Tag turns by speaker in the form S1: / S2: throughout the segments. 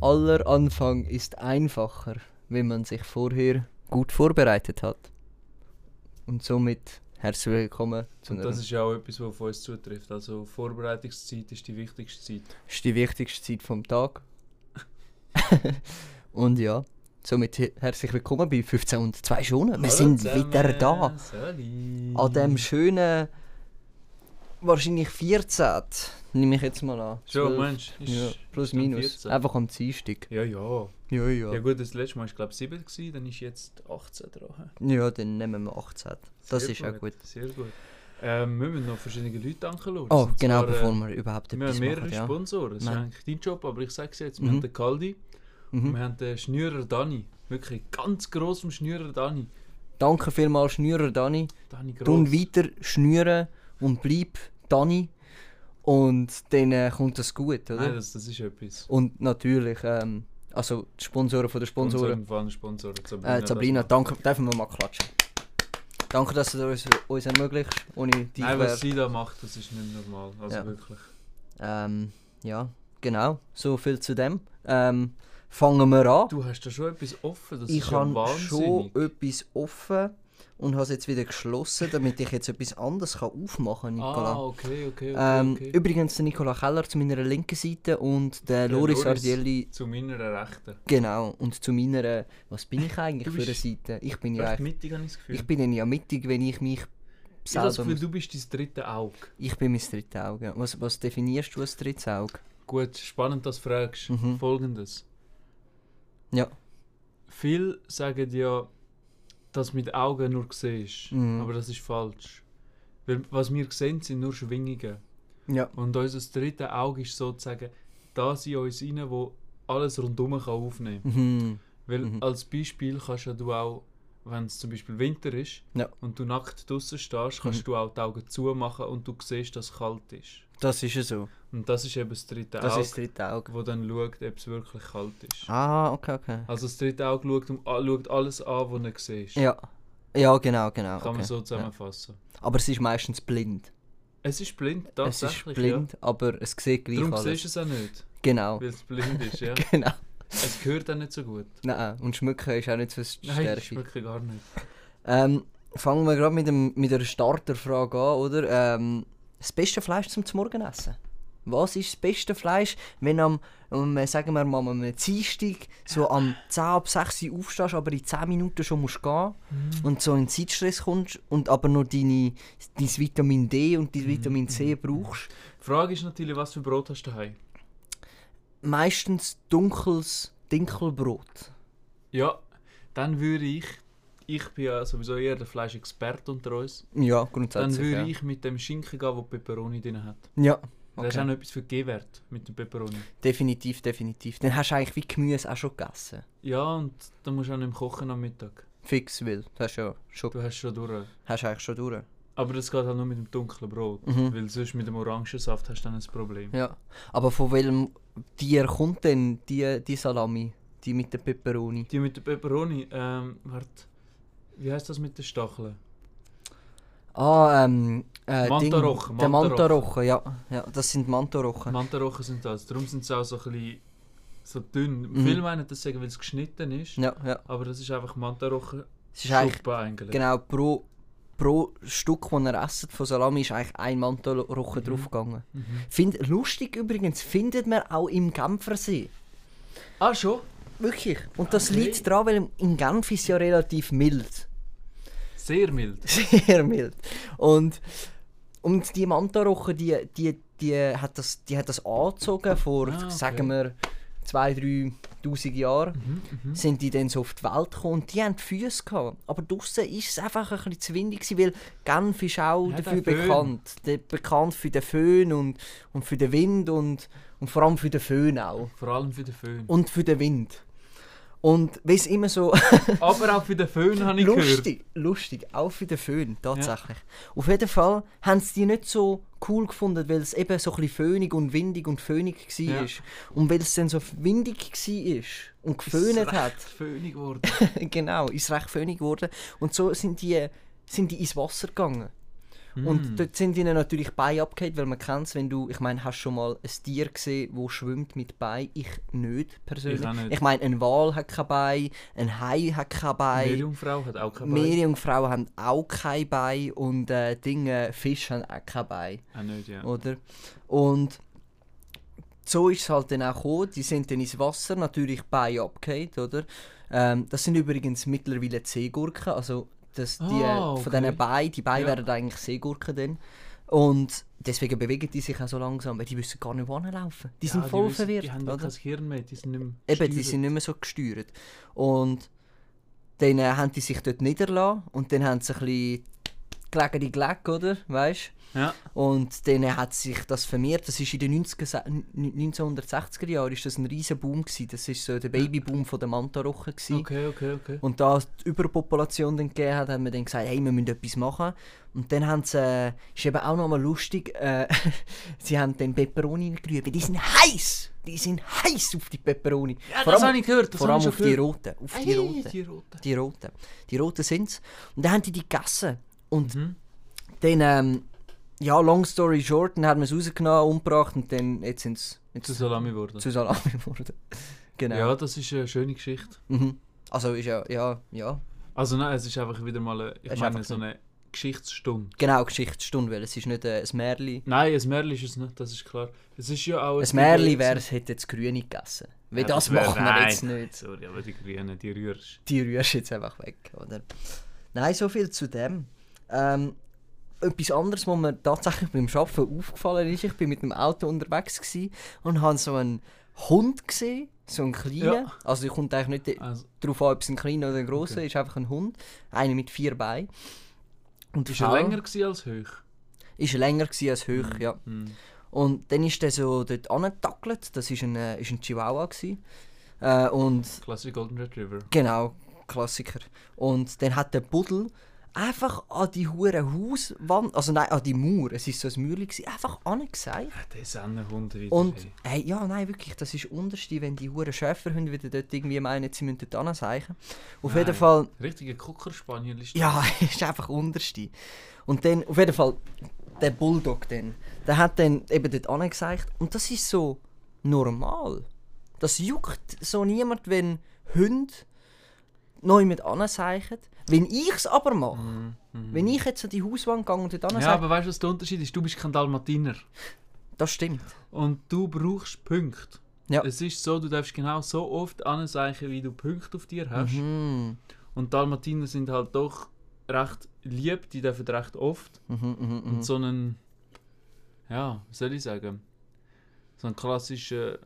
S1: Aller Anfang ist einfacher, wenn man sich vorher gut vorbereitet hat. Und somit herzlich willkommen zu
S2: Und
S1: einer.
S2: das ist ja auch etwas, was auf uns zutrifft. Also Vorbereitungszeit ist die wichtigste Zeit.
S1: ist die wichtigste Zeit vom Tag. und ja, somit he- herzlich willkommen bei 15 und 2 Schonen. Wir sind wieder da. An dem schönen, wahrscheinlich 14. Nehme ich jetzt mal an.
S2: Schon,
S1: 12,
S2: Mensch. ist-
S1: Ja, plus
S2: ist am
S1: minus.
S2: 14.
S1: Einfach am Dienstag.
S2: Ja, ja.
S1: Ja,
S2: Ja
S1: ja.
S2: gut, das letzte Mal war glaube ich 7, gewesen, dann ist jetzt 18 dran.
S1: Ja, dann nehmen wir 18. Das
S2: Sehr
S1: ist auch gut.
S2: Sehr gut. Ähm, wir müssen noch verschiedene Leute danken, Lutz.
S1: Oh,
S2: Und
S1: genau,
S2: zwar, äh,
S1: bevor wir überhaupt
S2: Wir
S1: etwas
S2: haben mehrere
S1: machen. Ja.
S2: Sponsoren. Das ist
S1: Nein.
S2: eigentlich dein Job, aber ich sage es jetzt. Wir
S1: Mhm.
S2: haben den Kaldi und
S1: Mhm.
S2: wir haben den Schnürer Dani. Wirklich ganz gross vom Schnürer Dani.
S1: Danke vielmals, Schnürer Dani.
S2: Dani gross.
S1: Tun weiter schnüren und bleib Dani. Und dann äh, kommt das gut, oder?
S2: Nein, das, das ist etwas.
S1: Und natürlich, ähm, also die Sponsoren von den Sponsoren.
S2: Sponsoren. Von Sponsoren. Sabrina.
S1: Äh,
S2: das
S1: Sabrina,
S2: macht-
S1: danke, dürfen wir mal klatschen. Danke, dass du uns, uns ermöglicht, ohne dich
S2: Nein,
S1: wär,
S2: was sie da macht, das ist nicht normal. Also
S1: Ja.
S2: wirklich.
S1: ähm, Ja, genau, so viel zu dem. Ähm, fangen wir an.
S2: Du hast da schon etwas offen, das
S1: ich
S2: ist ja
S1: habe schon
S2: wahnsinnig.
S1: etwas offen und habe es jetzt wieder geschlossen, damit ich jetzt etwas anderes kann aufmachen kann,
S2: ah,
S1: Nicola.
S2: okay, okay, okay.
S1: ähm,
S2: okay.
S1: Übrigens der Nicola Keller zu meiner linken Seite und der,
S2: Der
S1: Loris,
S2: Loris.
S1: Ardielli,
S2: Zu meiner Rechten.
S1: genau, und zu meiner, äh, was bin ich eigentlich
S2: Du
S1: für eine
S2: bist
S1: Seite? Ich bin ja
S2: Ja,
S1: eigentlich
S2: Recht mittig habe ich das Gefühl.
S1: Ich bin dann ja mittig, wenn ich mich
S2: Ich habe
S1: selber.
S2: das Gefühl,
S1: muss-
S2: du bist dein dritte Auge.
S1: Ich bin mein drittes Auge. Was, was definierst du als drittes Auge?
S2: Gut, spannend, dass du fragst.
S1: Mhm.
S2: Folgendes.
S1: Ja.
S2: Viele sagen ja, dass mit Augen nur siehst.
S1: Mhm.
S2: Aber das ist falsch. Weil was wir sehen, sind nur Schwingungen.
S1: Ja.
S2: Und unser dritte Auge ist sozusagen das in uns rein, wo alles rundum kann aufnehmen kann.
S1: Mhm.
S2: Weil
S1: Mhm.
S2: als Beispiel kannst ja du auch, wenn es zum Beispiel Winter ist
S1: Ja. Mhm.
S2: und du nackt draußen stehst, kannst du auch die Augen zumachen und du siehst, dass es kalt ist.
S1: Das ist ja so.
S2: Und das ist eben das dritte
S1: Das
S2: Auge,
S1: ist das dritte Auge.
S2: wo dann schaut, ob es wirklich kalt ist.
S1: Ah, okay, okay.
S2: Also das dritte Auge schaut, um, a- schaut alles an, was du siehst.
S1: Ja. Ja, genau, genau.
S2: Kann man
S1: okay.
S2: so zusammenfassen.
S1: Ja. Aber es ist meistens blind.
S2: Es ist blind,
S1: Es
S2: tatsächlich.
S1: ist blind, aber es sieht
S2: Ja.
S1: gleich
S2: Darum
S1: alles.
S2: siehst du es auch nicht,
S1: Genau.
S2: weil es blind ist. Ja.
S1: Genau.
S2: es gehört auch nicht so gut.
S1: Nein, und schmücken ist auch nicht so das
S2: Nein, ist
S1: Stärke.
S2: wirklich gar nicht.
S1: Ähm, fangen wir gerade mit, dem- mit der Starterfrage an, oder? Ähm, das beste Fleisch zum Morgenessen. Was ist das beste Fleisch, wenn am, am äh, sagen wir mal, am Dienstag so am 10 ab 6 Uhr aufstehst, aber in 10 Minuten schon musst gehen
S2: Mhm.
S1: und so in Zeitstress kommst und aber noch deine, dein Vitamin D und
S2: Mhm.
S1: dein Vitamin C brauchst?
S2: Die Frage ist natürlich, was für Brot hast du daheim?
S1: Meistens dunkles Dinkelbrot.
S2: Ja, dann würde ich, ich bin ja sowieso eher der Fleischexperte unter uns,
S1: Ja,
S2: dann
S1: grundsätzlich.
S2: würde ich mit dem Schinken gehen, wo Peperoni drin hat.
S1: ja. ja.
S2: Das ist auch
S1: Okay.
S2: noch etwas für den G-Wert mit dem Peperoni.
S1: Definitiv, definitiv. Dann hast du eigentlich wie Gemüse auch schon gegessen.
S2: Ja, und dann musst du auch nicht mehr kochen am Mittag.
S1: fix will. Du hast ja schon,
S2: Du hast schon durch.
S1: hast eigentlich schon durch.
S2: Aber das geht halt nur mit dem dunklen Brot,
S1: Mhm.
S2: weil sonst mit dem Orangensaft hast du dann ein Problem.
S1: Ja. Aber von welchem Tier kommt denn die, die Salami? Die mit der Peperoni?
S2: Die mit dem Peperoni, ähm, warte, wie heißt das mit den Stacheln?
S1: Ah, ähm. Äh,
S2: Mantaroche,
S1: Ding, der
S2: Mantaroche.
S1: Mantaroche, ja. ja. Das sind Mantarochen.
S2: Mantarochen sind das, darum sind sie auch so ein bisschen so dünn.
S1: Mhm.
S2: Viele meinen das sagen, weil es geschnitten ist,
S1: Ja, ja.
S2: aber das ist einfach Mantarochen
S1: Es ist eigentlich.
S2: Suppe eigentlich.
S1: Genau, pro, pro Stück, das er essen von Salami, ist eigentlich ein Mantaroche draufgegangen.
S2: Mhm.
S1: Find, lustig übrigens, findet man auch im Genfersee.
S2: Ah, schon?
S1: Wirklich. Und das
S2: Okay.
S1: liegt daran, weil im- in Genf ist es ja relativ mild.
S2: Sehr mild.
S1: sehr mild. Und, und die Mantaroche, die, die, die, hat das, die hat das angezogen vor,
S2: Ah, okay.
S1: sagen wir, 2.000, 3.000 Jahren. Sind die dann so auf die Welt gekommen und die haben die Füße gehabt. Aber draußen war es einfach ein bisschen zu windig, gewesen, weil Genf ist auch
S2: Ja,
S1: dafür
S2: der Föhn.
S1: bekannt. Der, bekannt für den Föhn und, und für den Wind und, und vor allem für den Föhn auch.
S2: Vor allem für den Föhn.
S1: Und für den Wind. Und wie es immer so
S2: Aber auch für den Föhn habe ich gehört.
S1: lustig, lustig, auch für den Föhn, tatsächlich. Auf jeden Fall haben sie die nicht so cool gefunden, weil es eben so ein bisschen föhnig und windig und föhnig war.
S2: Ja.
S1: Und weil es dann so windig war und geföhnt
S2: recht
S1: hat,
S2: Föhnig geworden.
S1: genau, ist es recht föhnig geworden. Und so sind die, sind die ins Wasser gegangen.
S2: Hm.
S1: Und dort sind ihnen natürlich die Beine abgehängt, weil man kennt es, wenn du, ich meine, hast schon mal ein Tier gesehen, wo schwimmt mit Beinen? Ich nicht persönlich.
S2: Ich auch nicht.
S1: meine, ein Wal hat kein Bein, ein Hai hat kein Bein,
S2: Meerjungfrau hat auch keine Beine.
S1: Meerjungfrauen haben auch kein Bein und äh, Dinge, Fische haben auch kein Bein.
S2: Auch nicht, ja.
S1: Oder? Und so ist es halt dann auch gekommen. Die sind dann ins Wasser, natürlich bei abgehängt, oder? Ähm, das sind übrigens mittlerweile Seegurken, also dass die, äh,
S2: Ah,
S1: von
S2: okay.
S1: diesen Beinen, die Beine
S2: Ja.
S1: werden eigentlich Seegurken dann. Und deswegen bewegen die sich auch so langsam, weil die wissen gar nicht, wo laufen. Die sind
S2: ja,
S1: voll
S2: wissen-
S1: verwirrt,
S2: Die haben ja
S1: oder?
S2: kein Hirn mehr, die sind nicht mehr
S1: Eben, die
S2: gesteuert.
S1: sind nicht mehr so gesteuert. Und dann äh, haben die sich dort niederlassen und dann haben sie ein bisschen gelegen die Gelegen, oder? Weißt
S2: Ja,
S1: und dann hat sich das vermehrt. Das ist in den 90er, Se- 1960er Jahren ist das ein riesen Boom gewesen. Das ist so der Babyboom von der Mantaroche gewesen.
S2: okay, okay, okay.
S1: Und da es die Überpopulation dann gegeben hat, haben wir dann gesagt, hey, wir müssen etwas machen. Und dann haben sie, äh, ist eben auch nochmal lustig, äh, sie haben dann Peperoni gerüben. Die sind heiß! Die sind heiß auf die Peperoni.
S2: Ja,
S1: Vor
S2: das
S1: allem-
S2: habe ich gehört, das
S1: Vor
S2: habe ich
S1: allem
S2: schon
S1: auf die
S2: gehört.
S1: roten. Auf die
S2: Ei,
S1: roten.
S2: Die Roten.
S1: Die roten. Die roten sind es. Und dann haben die die gegessen. Und
S2: Mhm.
S1: dann, ähm, ja, long story short, dann haben wir es rausgenommen, umgebracht und dann, jetzt sind es
S2: Zu
S1: zu
S2: Salami geworden.
S1: Salami geworden. genau.
S2: Ja, das ist eine schöne Geschichte.
S1: Mhm. Also ist ja, ja, ja.
S2: Also nein, es ist einfach wieder mal eine,
S1: Es
S2: ich
S1: ist
S2: meine,
S1: einfach
S2: so eine Geschichtsstunde.
S1: Genau, Geschichtsstunde, weil es ist nicht äh, ein Märli.
S2: Nein, ein Märli ist es nicht, das ist klar. Es ist ja auch...
S1: Ein Märli wäre, es hätte jetzt Grüne gegessen. Weil
S2: Ja,
S1: das,
S2: das wär-
S1: machen wir
S2: nein.
S1: jetzt nicht.
S2: Sorry, aber die Grünen, die rührst.
S1: Die rührst du jetzt einfach weg, oder? Nein, so viel zu dem. Ähm, etwas anderes, was mir tatsächlich beim Arbeiten aufgefallen ist, ich war mit dem Auto unterwegs gewesen und habe so einen Hund gesehen, so einen kleinen.
S2: Ja.
S1: Also ich kommt eigentlich nicht
S2: Also,
S1: darauf an, ob es ein kleiner oder ein grosser
S2: Okay.
S1: ist, einfach ein Hund, einer mit vier Beinen. Und
S2: ist er
S1: Frau
S2: länger gewesen als hoch?
S1: Ist er länger gewesen als hoch, ja.
S2: Hm.
S1: Und dann ist er so dort angetackelt, das war ein, äh, ist ein Chihuahua. Gewesen. Äh, und
S2: Klassische Golden Retriever.
S1: Genau, Klassiker. Und dann hat der Buddel einfach an die hure Hauswand, also nein, an die Mauer, es ist so ein Mäuerchen, gewesen, einfach angesagt.
S2: Ah, Der ist auch ein Hund wieder.
S1: Und
S2: ey.
S1: hey, ja, nein, wirklich, das ist unterste, wenn die hure Schäferhunde wieder dort irgendwie meinen, sie müssen dort anseichen. Auf
S2: Nein.
S1: jeden Fall,
S2: Richtiger Kuckerspaniel ist
S1: ja, ist einfach unterste. Und dann, auf jeden Fall, der Bulldog dann, der hat dann eben dort angesagt und das ist so normal. Das juckt so niemand, wenn Hunde neu mit anseichen. Wenn ich es aber mache,
S2: Mhm.
S1: wenn ich jetzt an die Hauswand gehe und dort
S2: Ja,
S1: anseiche,
S2: aber weißt du, was der Unterschied ist? Du bist kein Dalmatiner.
S1: das stimmt.
S2: Und du brauchst Punkte.
S1: Ja.
S2: Es ist so, du darfst genau so oft anzeichen, wie du Punkte auf dir hast.
S1: Mhm.
S2: Und Dalmatiner sind halt doch recht lieb, die dürfen recht oft.
S1: Mhm, mhm, mhm.
S2: Und so einen, ja, wie soll ich sagen, so einen klassischen,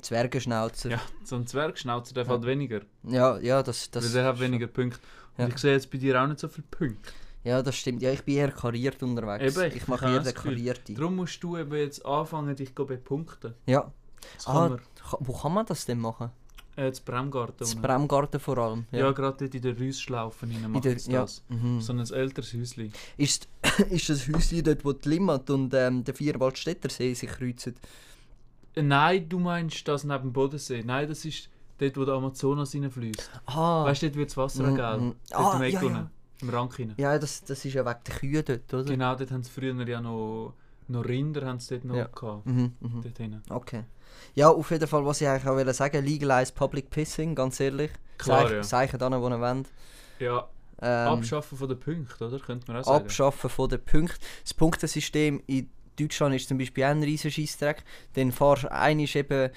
S1: Zwergenschnauzer.
S2: Mhm. ja, so einen Zwergschnauzer darf halt weniger.
S1: Ja, ja, das,
S2: weil
S1: das,
S2: der hat weniger Punkte. Und
S1: Ja.
S2: ich sehe jetzt bei dir auch nicht so viele Punkte.
S1: ja, das stimmt. Ja, ich bin eher kariert unterwegs.
S2: Eben, ich-
S1: ich,
S2: ich
S1: mache
S2: habe
S1: eher
S2: auch
S1: den
S2: das Gefühl.
S1: Karierten.
S2: Darum musst du eben jetzt anfangen, dich zu bepunkten.
S1: Ja.
S2: Das
S1: Ah,
S2: kann man.
S1: ka- wo kann man das denn machen?
S2: Äh, das Bremgarten.
S1: Das
S2: unten.
S1: Bremgarten vor allem.
S2: ja, gerade dort in der Rüssschlaufe rein
S1: In
S2: macht
S1: der,
S2: es
S1: ja.
S2: das.
S1: Mhm.
S2: So ein älteres Häuschen.
S1: Ist, ist das Häuschen dort, wo die Limmat und ähm, der Vierwaldstätter See sich kreuzen?
S2: Äh, Nein, du meinst das neben dem Bodensee. Nein, das ist dort, wo der Amazonas reinfließt.
S1: Ah,
S2: Weißt du, dort wird das Wasser
S1: Mhm,
S2: auch gelb.
S1: mhm.
S2: Dort
S1: Ah,
S2: am Eck
S1: ja,
S2: unten,
S1: ja.
S2: im Rank rein.
S1: ja, das, das ist ja wegen der Kühe dort, oder?
S2: Genau, dort haben sie früher ja noch, noch Rinder haben sie dort noch
S1: Ja.
S2: gehabt.
S1: Mhm, mhm.
S2: Dort hinten.
S1: Okay. Ja, auf jeden Fall, was ich eigentlich auch wollte sagen, legalize public pissing, ganz ehrlich.
S2: Klar,
S1: Seich-
S2: ja.
S1: Seichen an, wo ihr wollt.
S2: Ja,
S1: Ähm,
S2: Abschaffen von den Punkten, oder? Könnte man auch sagen.
S1: Abschaffen von den Punkten. Das Punktesystem in Deutschland ist zum Beispiel auch ein riesen Scheissdreck. Dann fahrst du einmal eben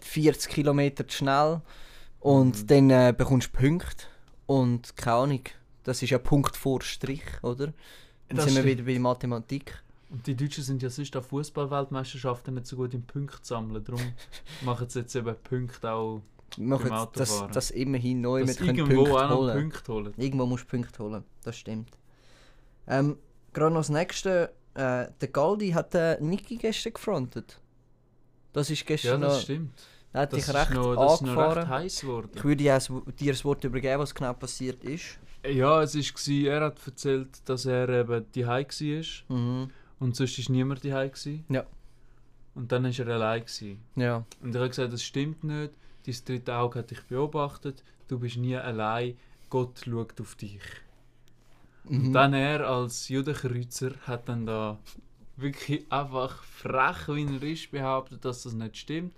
S1: 40 Kilometer zu schnell und
S2: Mhm.
S1: dann äh, bekommst du Punkte. Und keine Ahnung, das ist ja Punkt vor Strich, oder? Dann
S2: Das
S1: sind wir
S2: stimmt.
S1: wieder bei Mathematik.
S2: Und die Deutschen sind ja sonst an Fußballweltmeisterschaften nicht so gut in Punkte sammeln. Darum machen sie jetzt eben Punkte auch,
S1: Wir machen
S2: Beim Autofahren.
S1: das, das immerhin neu,
S2: dass
S1: wir können
S2: irgendwo
S1: Punkte
S2: auch noch
S1: holen.
S2: Punkte holen.
S1: Irgendwo musst du Punkte holen, das stimmt. Ähm, gerade noch das nächste. Äh, der Galdi hat äh, Niki gestern gefrontet. Das ist
S2: Ja,
S1: gestern
S2: das
S1: noch.
S2: stimmt.
S1: Er hat
S2: Das
S1: dich
S2: ist,
S1: recht
S2: noch, das ist noch recht
S1: angefahren.
S2: heiß geworden.
S1: Ich würde dir das- dir das Wort übergeben, was genau passiert ist.
S2: Ja, es ist gsi. Er hat erzählt, dass er eben die Hai war.
S1: Mhm.
S2: und sonst ist niemand die Hai gsi.
S1: Ja.
S2: Und dann ist er allein gsi.
S1: Ja.
S2: Und ich habe gesagt, das stimmt nicht. Dein dritte Auge hat dich beobachtet. Du bist nie allein. Gott schaut auf dich.
S1: Mhm.
S2: Und dann er als Judenkreuzer hat dann da wirklich einfach frech, wie er ist, behauptet, dass das nicht stimmt.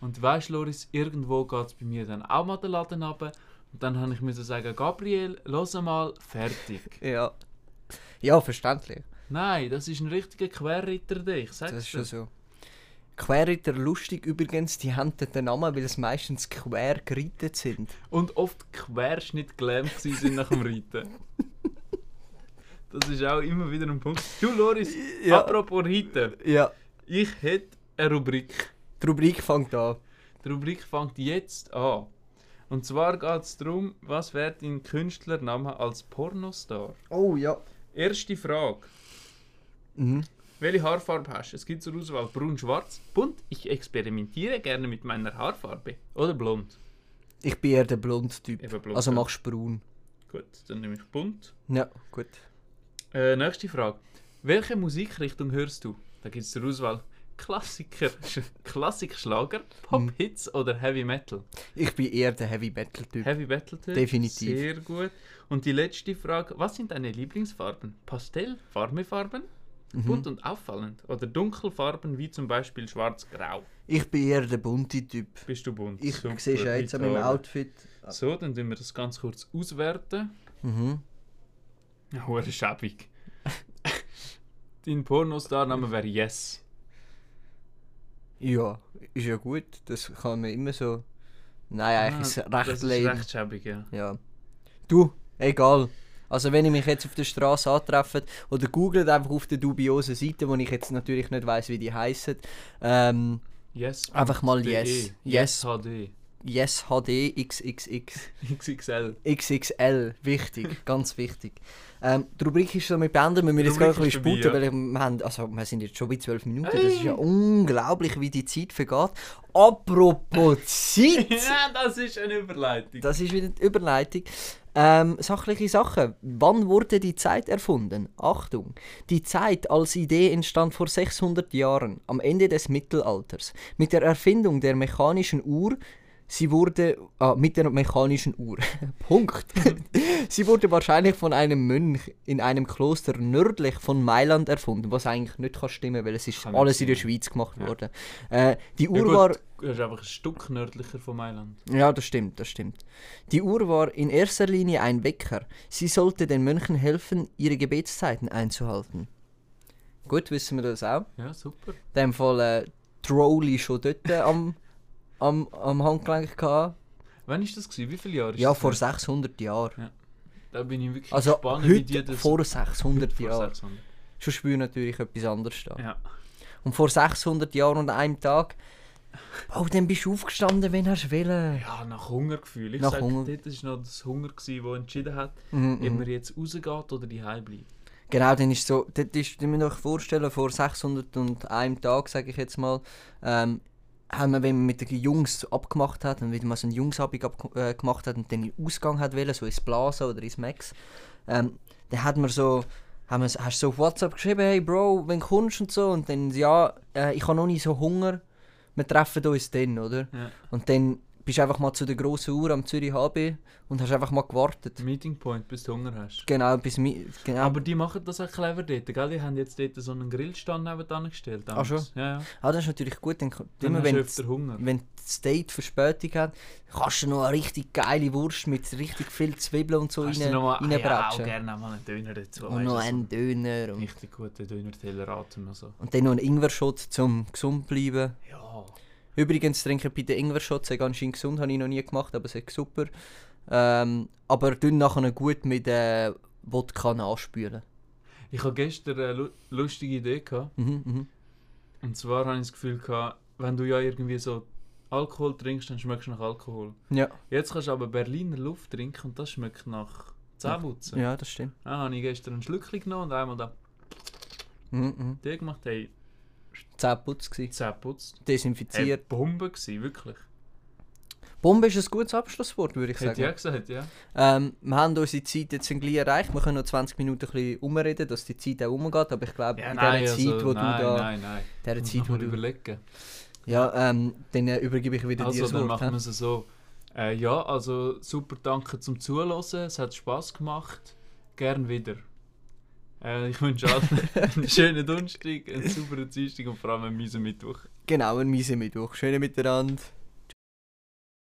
S2: Und weißt du, Loris, irgendwo geht es bei mir dann auch mal den Laden runter. Und dann habe ich mir sagen, Gabriel, los mal, fertig.
S1: Ja. Ja, verständlich.
S2: Nein, das ist ein richtiger Querritter, der ich sag's
S1: Das ist schon
S2: dir.
S1: so. Querritter lustig übrigens, die haben den Namen, weil es meistens quer gereitet sind.
S2: Und oft Querschnitt gelähmt gewesen sind nach dem Reiten. Das ist auch immer wieder ein Punkt. Du, Loris,
S1: Ja.
S2: apropos Reiten.
S1: Ja.
S2: Ich hätte eine Rubrik.
S1: Die Rubrik fängt an.
S2: Die Rubrik fängt jetzt an. Und zwar geht es darum, was wäre dein Künstlername als Pornostar?
S1: Oh ja.
S2: Erste Frage.
S1: Mhm.
S2: Welche Haarfarbe hast du? Es gibt zur Auswahl braun, schwarz, bunt. Ich experimentiere gerne mit meiner Haarfarbe. Oder blond.
S1: Ich bin eher der blonde Typ.
S2: Eben blond,
S1: also
S2: ja.
S1: machst du braun.
S2: Gut, dann nehme ich bunt.
S1: Ja, gut.
S2: Äh, nächste Frage. Welche Musikrichtung hörst du? Da gibt es zur Auswahl Klassiker, Sch Klassikschlager,
S1: Hm.
S2: Pop-Hits oder Heavy Metal.
S1: Ich bin eher der Heavy Metal Typ.
S2: Heavy Metal Tipp.
S1: Definitiv.
S2: Sehr gut. Und die letzte Frage. Was sind deine Lieblingsfarben? Pastell, warme Farben,
S1: Mhm.
S2: bunt und auffallend. Oder Dunkelfarben wie zum Beispiel schwarz-grau.
S1: Ich bin eher der bunte Typ.
S2: Bist du bunt?
S1: Ich
S2: Super,
S1: sehe schon jetzt an meinem
S2: Gitarre.
S1: Outfit.
S2: So, dann tun wir das ganz kurz auswerten.
S1: Mhm.
S2: Ja, hure schäbig. Dein Pornostar-Name wäre Yes.
S1: Ja, ist ja gut. Das kann man immer so. Nein, eigentlich ist es
S2: Ah,
S1: recht
S2: das
S1: lame.
S2: Ist recht schäbig, ja.
S1: Ja. Du, egal. Also wenn ihr mich jetzt auf der Straße antrefft oder googelt einfach auf der dubiosen Seite, wo ich jetzt natürlich nicht weiß, wie die heißen. Ähm,
S2: Yes.
S1: Einfach mal
S2: .de.
S1: yes.
S2: E. Yes HD.
S1: yes HD XXX
S2: XXL.
S1: XXL wichtig, ganz wichtig. Ähm, die Rubrik ist damit beendet, wir müssen jetzt
S2: Die
S1: gerade ein
S2: Rubrik
S1: bisschen
S2: ist vorbei,
S1: sputen, weil wir, haben, also, wir sind jetzt schon bei 12 Minuten, das ist ja unglaublich, wie die Zeit vergeht. Apropos Zeit!
S2: Ja, das ist eine Überleitung.
S1: Das ist wieder die Überleitung. Ähm, sachliche Sachen. Wann wurde die Zeit erfunden? Achtung. Die Zeit als Idee entstand vor 600 Jahren, am Ende des Mittelalters. Mit der Erfindung der mechanischen Uhr, sie wurde... Ah, mit der mechanischen Uhr. Punkt. sie wurde wahrscheinlich von einem Mönch in einem Kloster nördlich von Mailand erfunden, was eigentlich nicht kann stimmen, weil es ist
S2: Kann nicht
S1: alles in der
S2: stimmen.
S1: Schweiz gemacht
S2: Ja.
S1: worden. Äh, die Uhr
S2: ja, gut,
S1: war...
S2: Du bist einfach ein Stück nördlicher von Mailand.
S1: Ja, das stimmt, das stimmt. Die Uhr war in erster Linie ein Wecker. Sie sollte den Mönchen helfen, ihre Gebetszeiten einzuhalten. Gut, wissen wir das auch.
S2: Ja, super.
S1: In dem Fall äh, Trolley schon dort äh, am, am, am Handgelenk gehabt.
S2: Wann war das? Gewesen? Wie viele Jahre ist
S1: Ja,
S2: das
S1: vor
S2: her?
S1: 600 Jahren.
S2: Da bin ich wirklich
S1: Also
S2: gespannt, wie die
S1: heute
S2: das...
S1: vor 600
S2: vor
S1: Jahren.
S2: 600.
S1: Schon spüre natürlich etwas anderes da.
S2: Ja.
S1: Und vor 600 Jahren und einem Tag... Oh, dann bist du aufgestanden, wenn hast du willst.
S2: ja, nach Hungergefühl. Ich
S1: Nach
S2: sag,
S1: Hunger.
S2: dort war noch das Hunger, gewesen, das entschieden hat,
S1: Mhm,
S2: ob man jetzt rausgeht oder daheim bleibt.
S1: Genau, dann ist so, dort ist, ihr müsst euch vorstellen, vor 601 Tag, sage ich jetzt mal, ähm, haben wir, wenn man mit den Jungs abgemacht hat, und wieder mal so einen Jungsabend abg- äh, gemacht hat und dann in den Ausgang hat wollen, so ins Blasen oder ins Max, ähm, dann hat man so, haben wir, hast du so auf WhatsApp geschrieben, hey Bro, wenn kommst und so, und dann, ja, äh, ich habe noch nie so Hunger, wir treffen uns dann, oder?
S2: Ja.
S1: Und dann bist du einfach mal zu der grossen Uhr am Zürich HB und hast einfach mal gewartet.
S2: Meeting Point, bis du Hunger hast.
S1: Genau, bis mi genau.
S2: Aber die machen das auch clever dort, gell? Die haben jetzt dort so einen Grillstand nebenan gestellt. damals.
S1: schon?
S2: Ja, ja.
S1: Ah, das ist natürlich gut, dann, kann-
S2: Dann
S1: immer
S2: hast du
S1: wenn
S2: öfter Hunger.
S1: wenn das Date Verspätung hat, kannst du noch eine richtig geile Wurst mit richtig viel Zwiebeln und so
S2: Kannst du
S1: rein-
S2: noch mal- Ah, ja, auch
S1: reinbratschen.
S2: gerne auch mal einen Döner dazu.
S1: und
S2: weisst
S1: noch
S2: du,
S1: einen Döner
S2: so
S1: und,
S2: richtig guten Döner-Teller atmen. und So.
S1: und dann noch einen Ingwer-Shot, um gesund zu bleiben.
S2: Ja.
S1: Übrigens trinke ich bei den Ingwer-Shots, sie sind anscheinend gesund, habe ich noch nie gemacht, aber sie sind super. Ähm, aber dünn nachher gut mit äh, Wodka anspülen.
S2: Ich hatte gestern eine lu- lustige Idee. Gehabt.
S1: Mhm, mhm.
S2: Und zwar hatte ich das Gefühl, gehabt, wenn du ja irgendwie so Alkohol trinkst, dann schmeckst du nach Alkohol.
S1: Ja,
S2: Jetzt kannst du aber Berliner Luft trinken und das schmeckt nach Zähneputzen.
S1: ja, das stimmt.
S2: Dann habe ich gestern einen Schlückchen genommen und einmal da
S1: Mhm, mhm.
S2: die gemacht, hey,
S1: Zähneputz gewesen.
S2: Zähne putzt. Hey,
S1: Desinfiziert.
S2: Bombe gewesen, wirklich.
S1: Bombe ist ein gutes Abschlusswort, würde ich
S2: Hätte ich
S1: sagen.
S2: auch gesagt, ja.
S1: Ähm, wir haben unsere Zeit jetzt ein bisschen erreicht. Wir können noch 20 Minuten ein bisschen umreden, dass die Zeit auch umgeht. Aber ich glaube, in dieser Zeit, wo
S2: Also, nein,
S1: du da.
S2: nein, nein.
S1: dieser
S2: Muss
S1: Zeit,
S2: noch
S1: wo
S2: mal
S1: du-
S2: überlegen.
S1: Ja, ähm, dann äh, übergebe ich wieder dir
S2: Also,
S1: das
S2: dann
S1: Wort.
S2: machen wir
S1: hä?
S2: es so. Äh, ja, also super danke zum Zuhören. Es hat Spass gemacht. Gern wieder. Äh, ich wünsche allen einen schönen Donnerstag, einen sauberen Dienstag und vor allem einen miesen Mittwoch.
S1: Genau, ein miese Mittwoch. Schöne miteinander.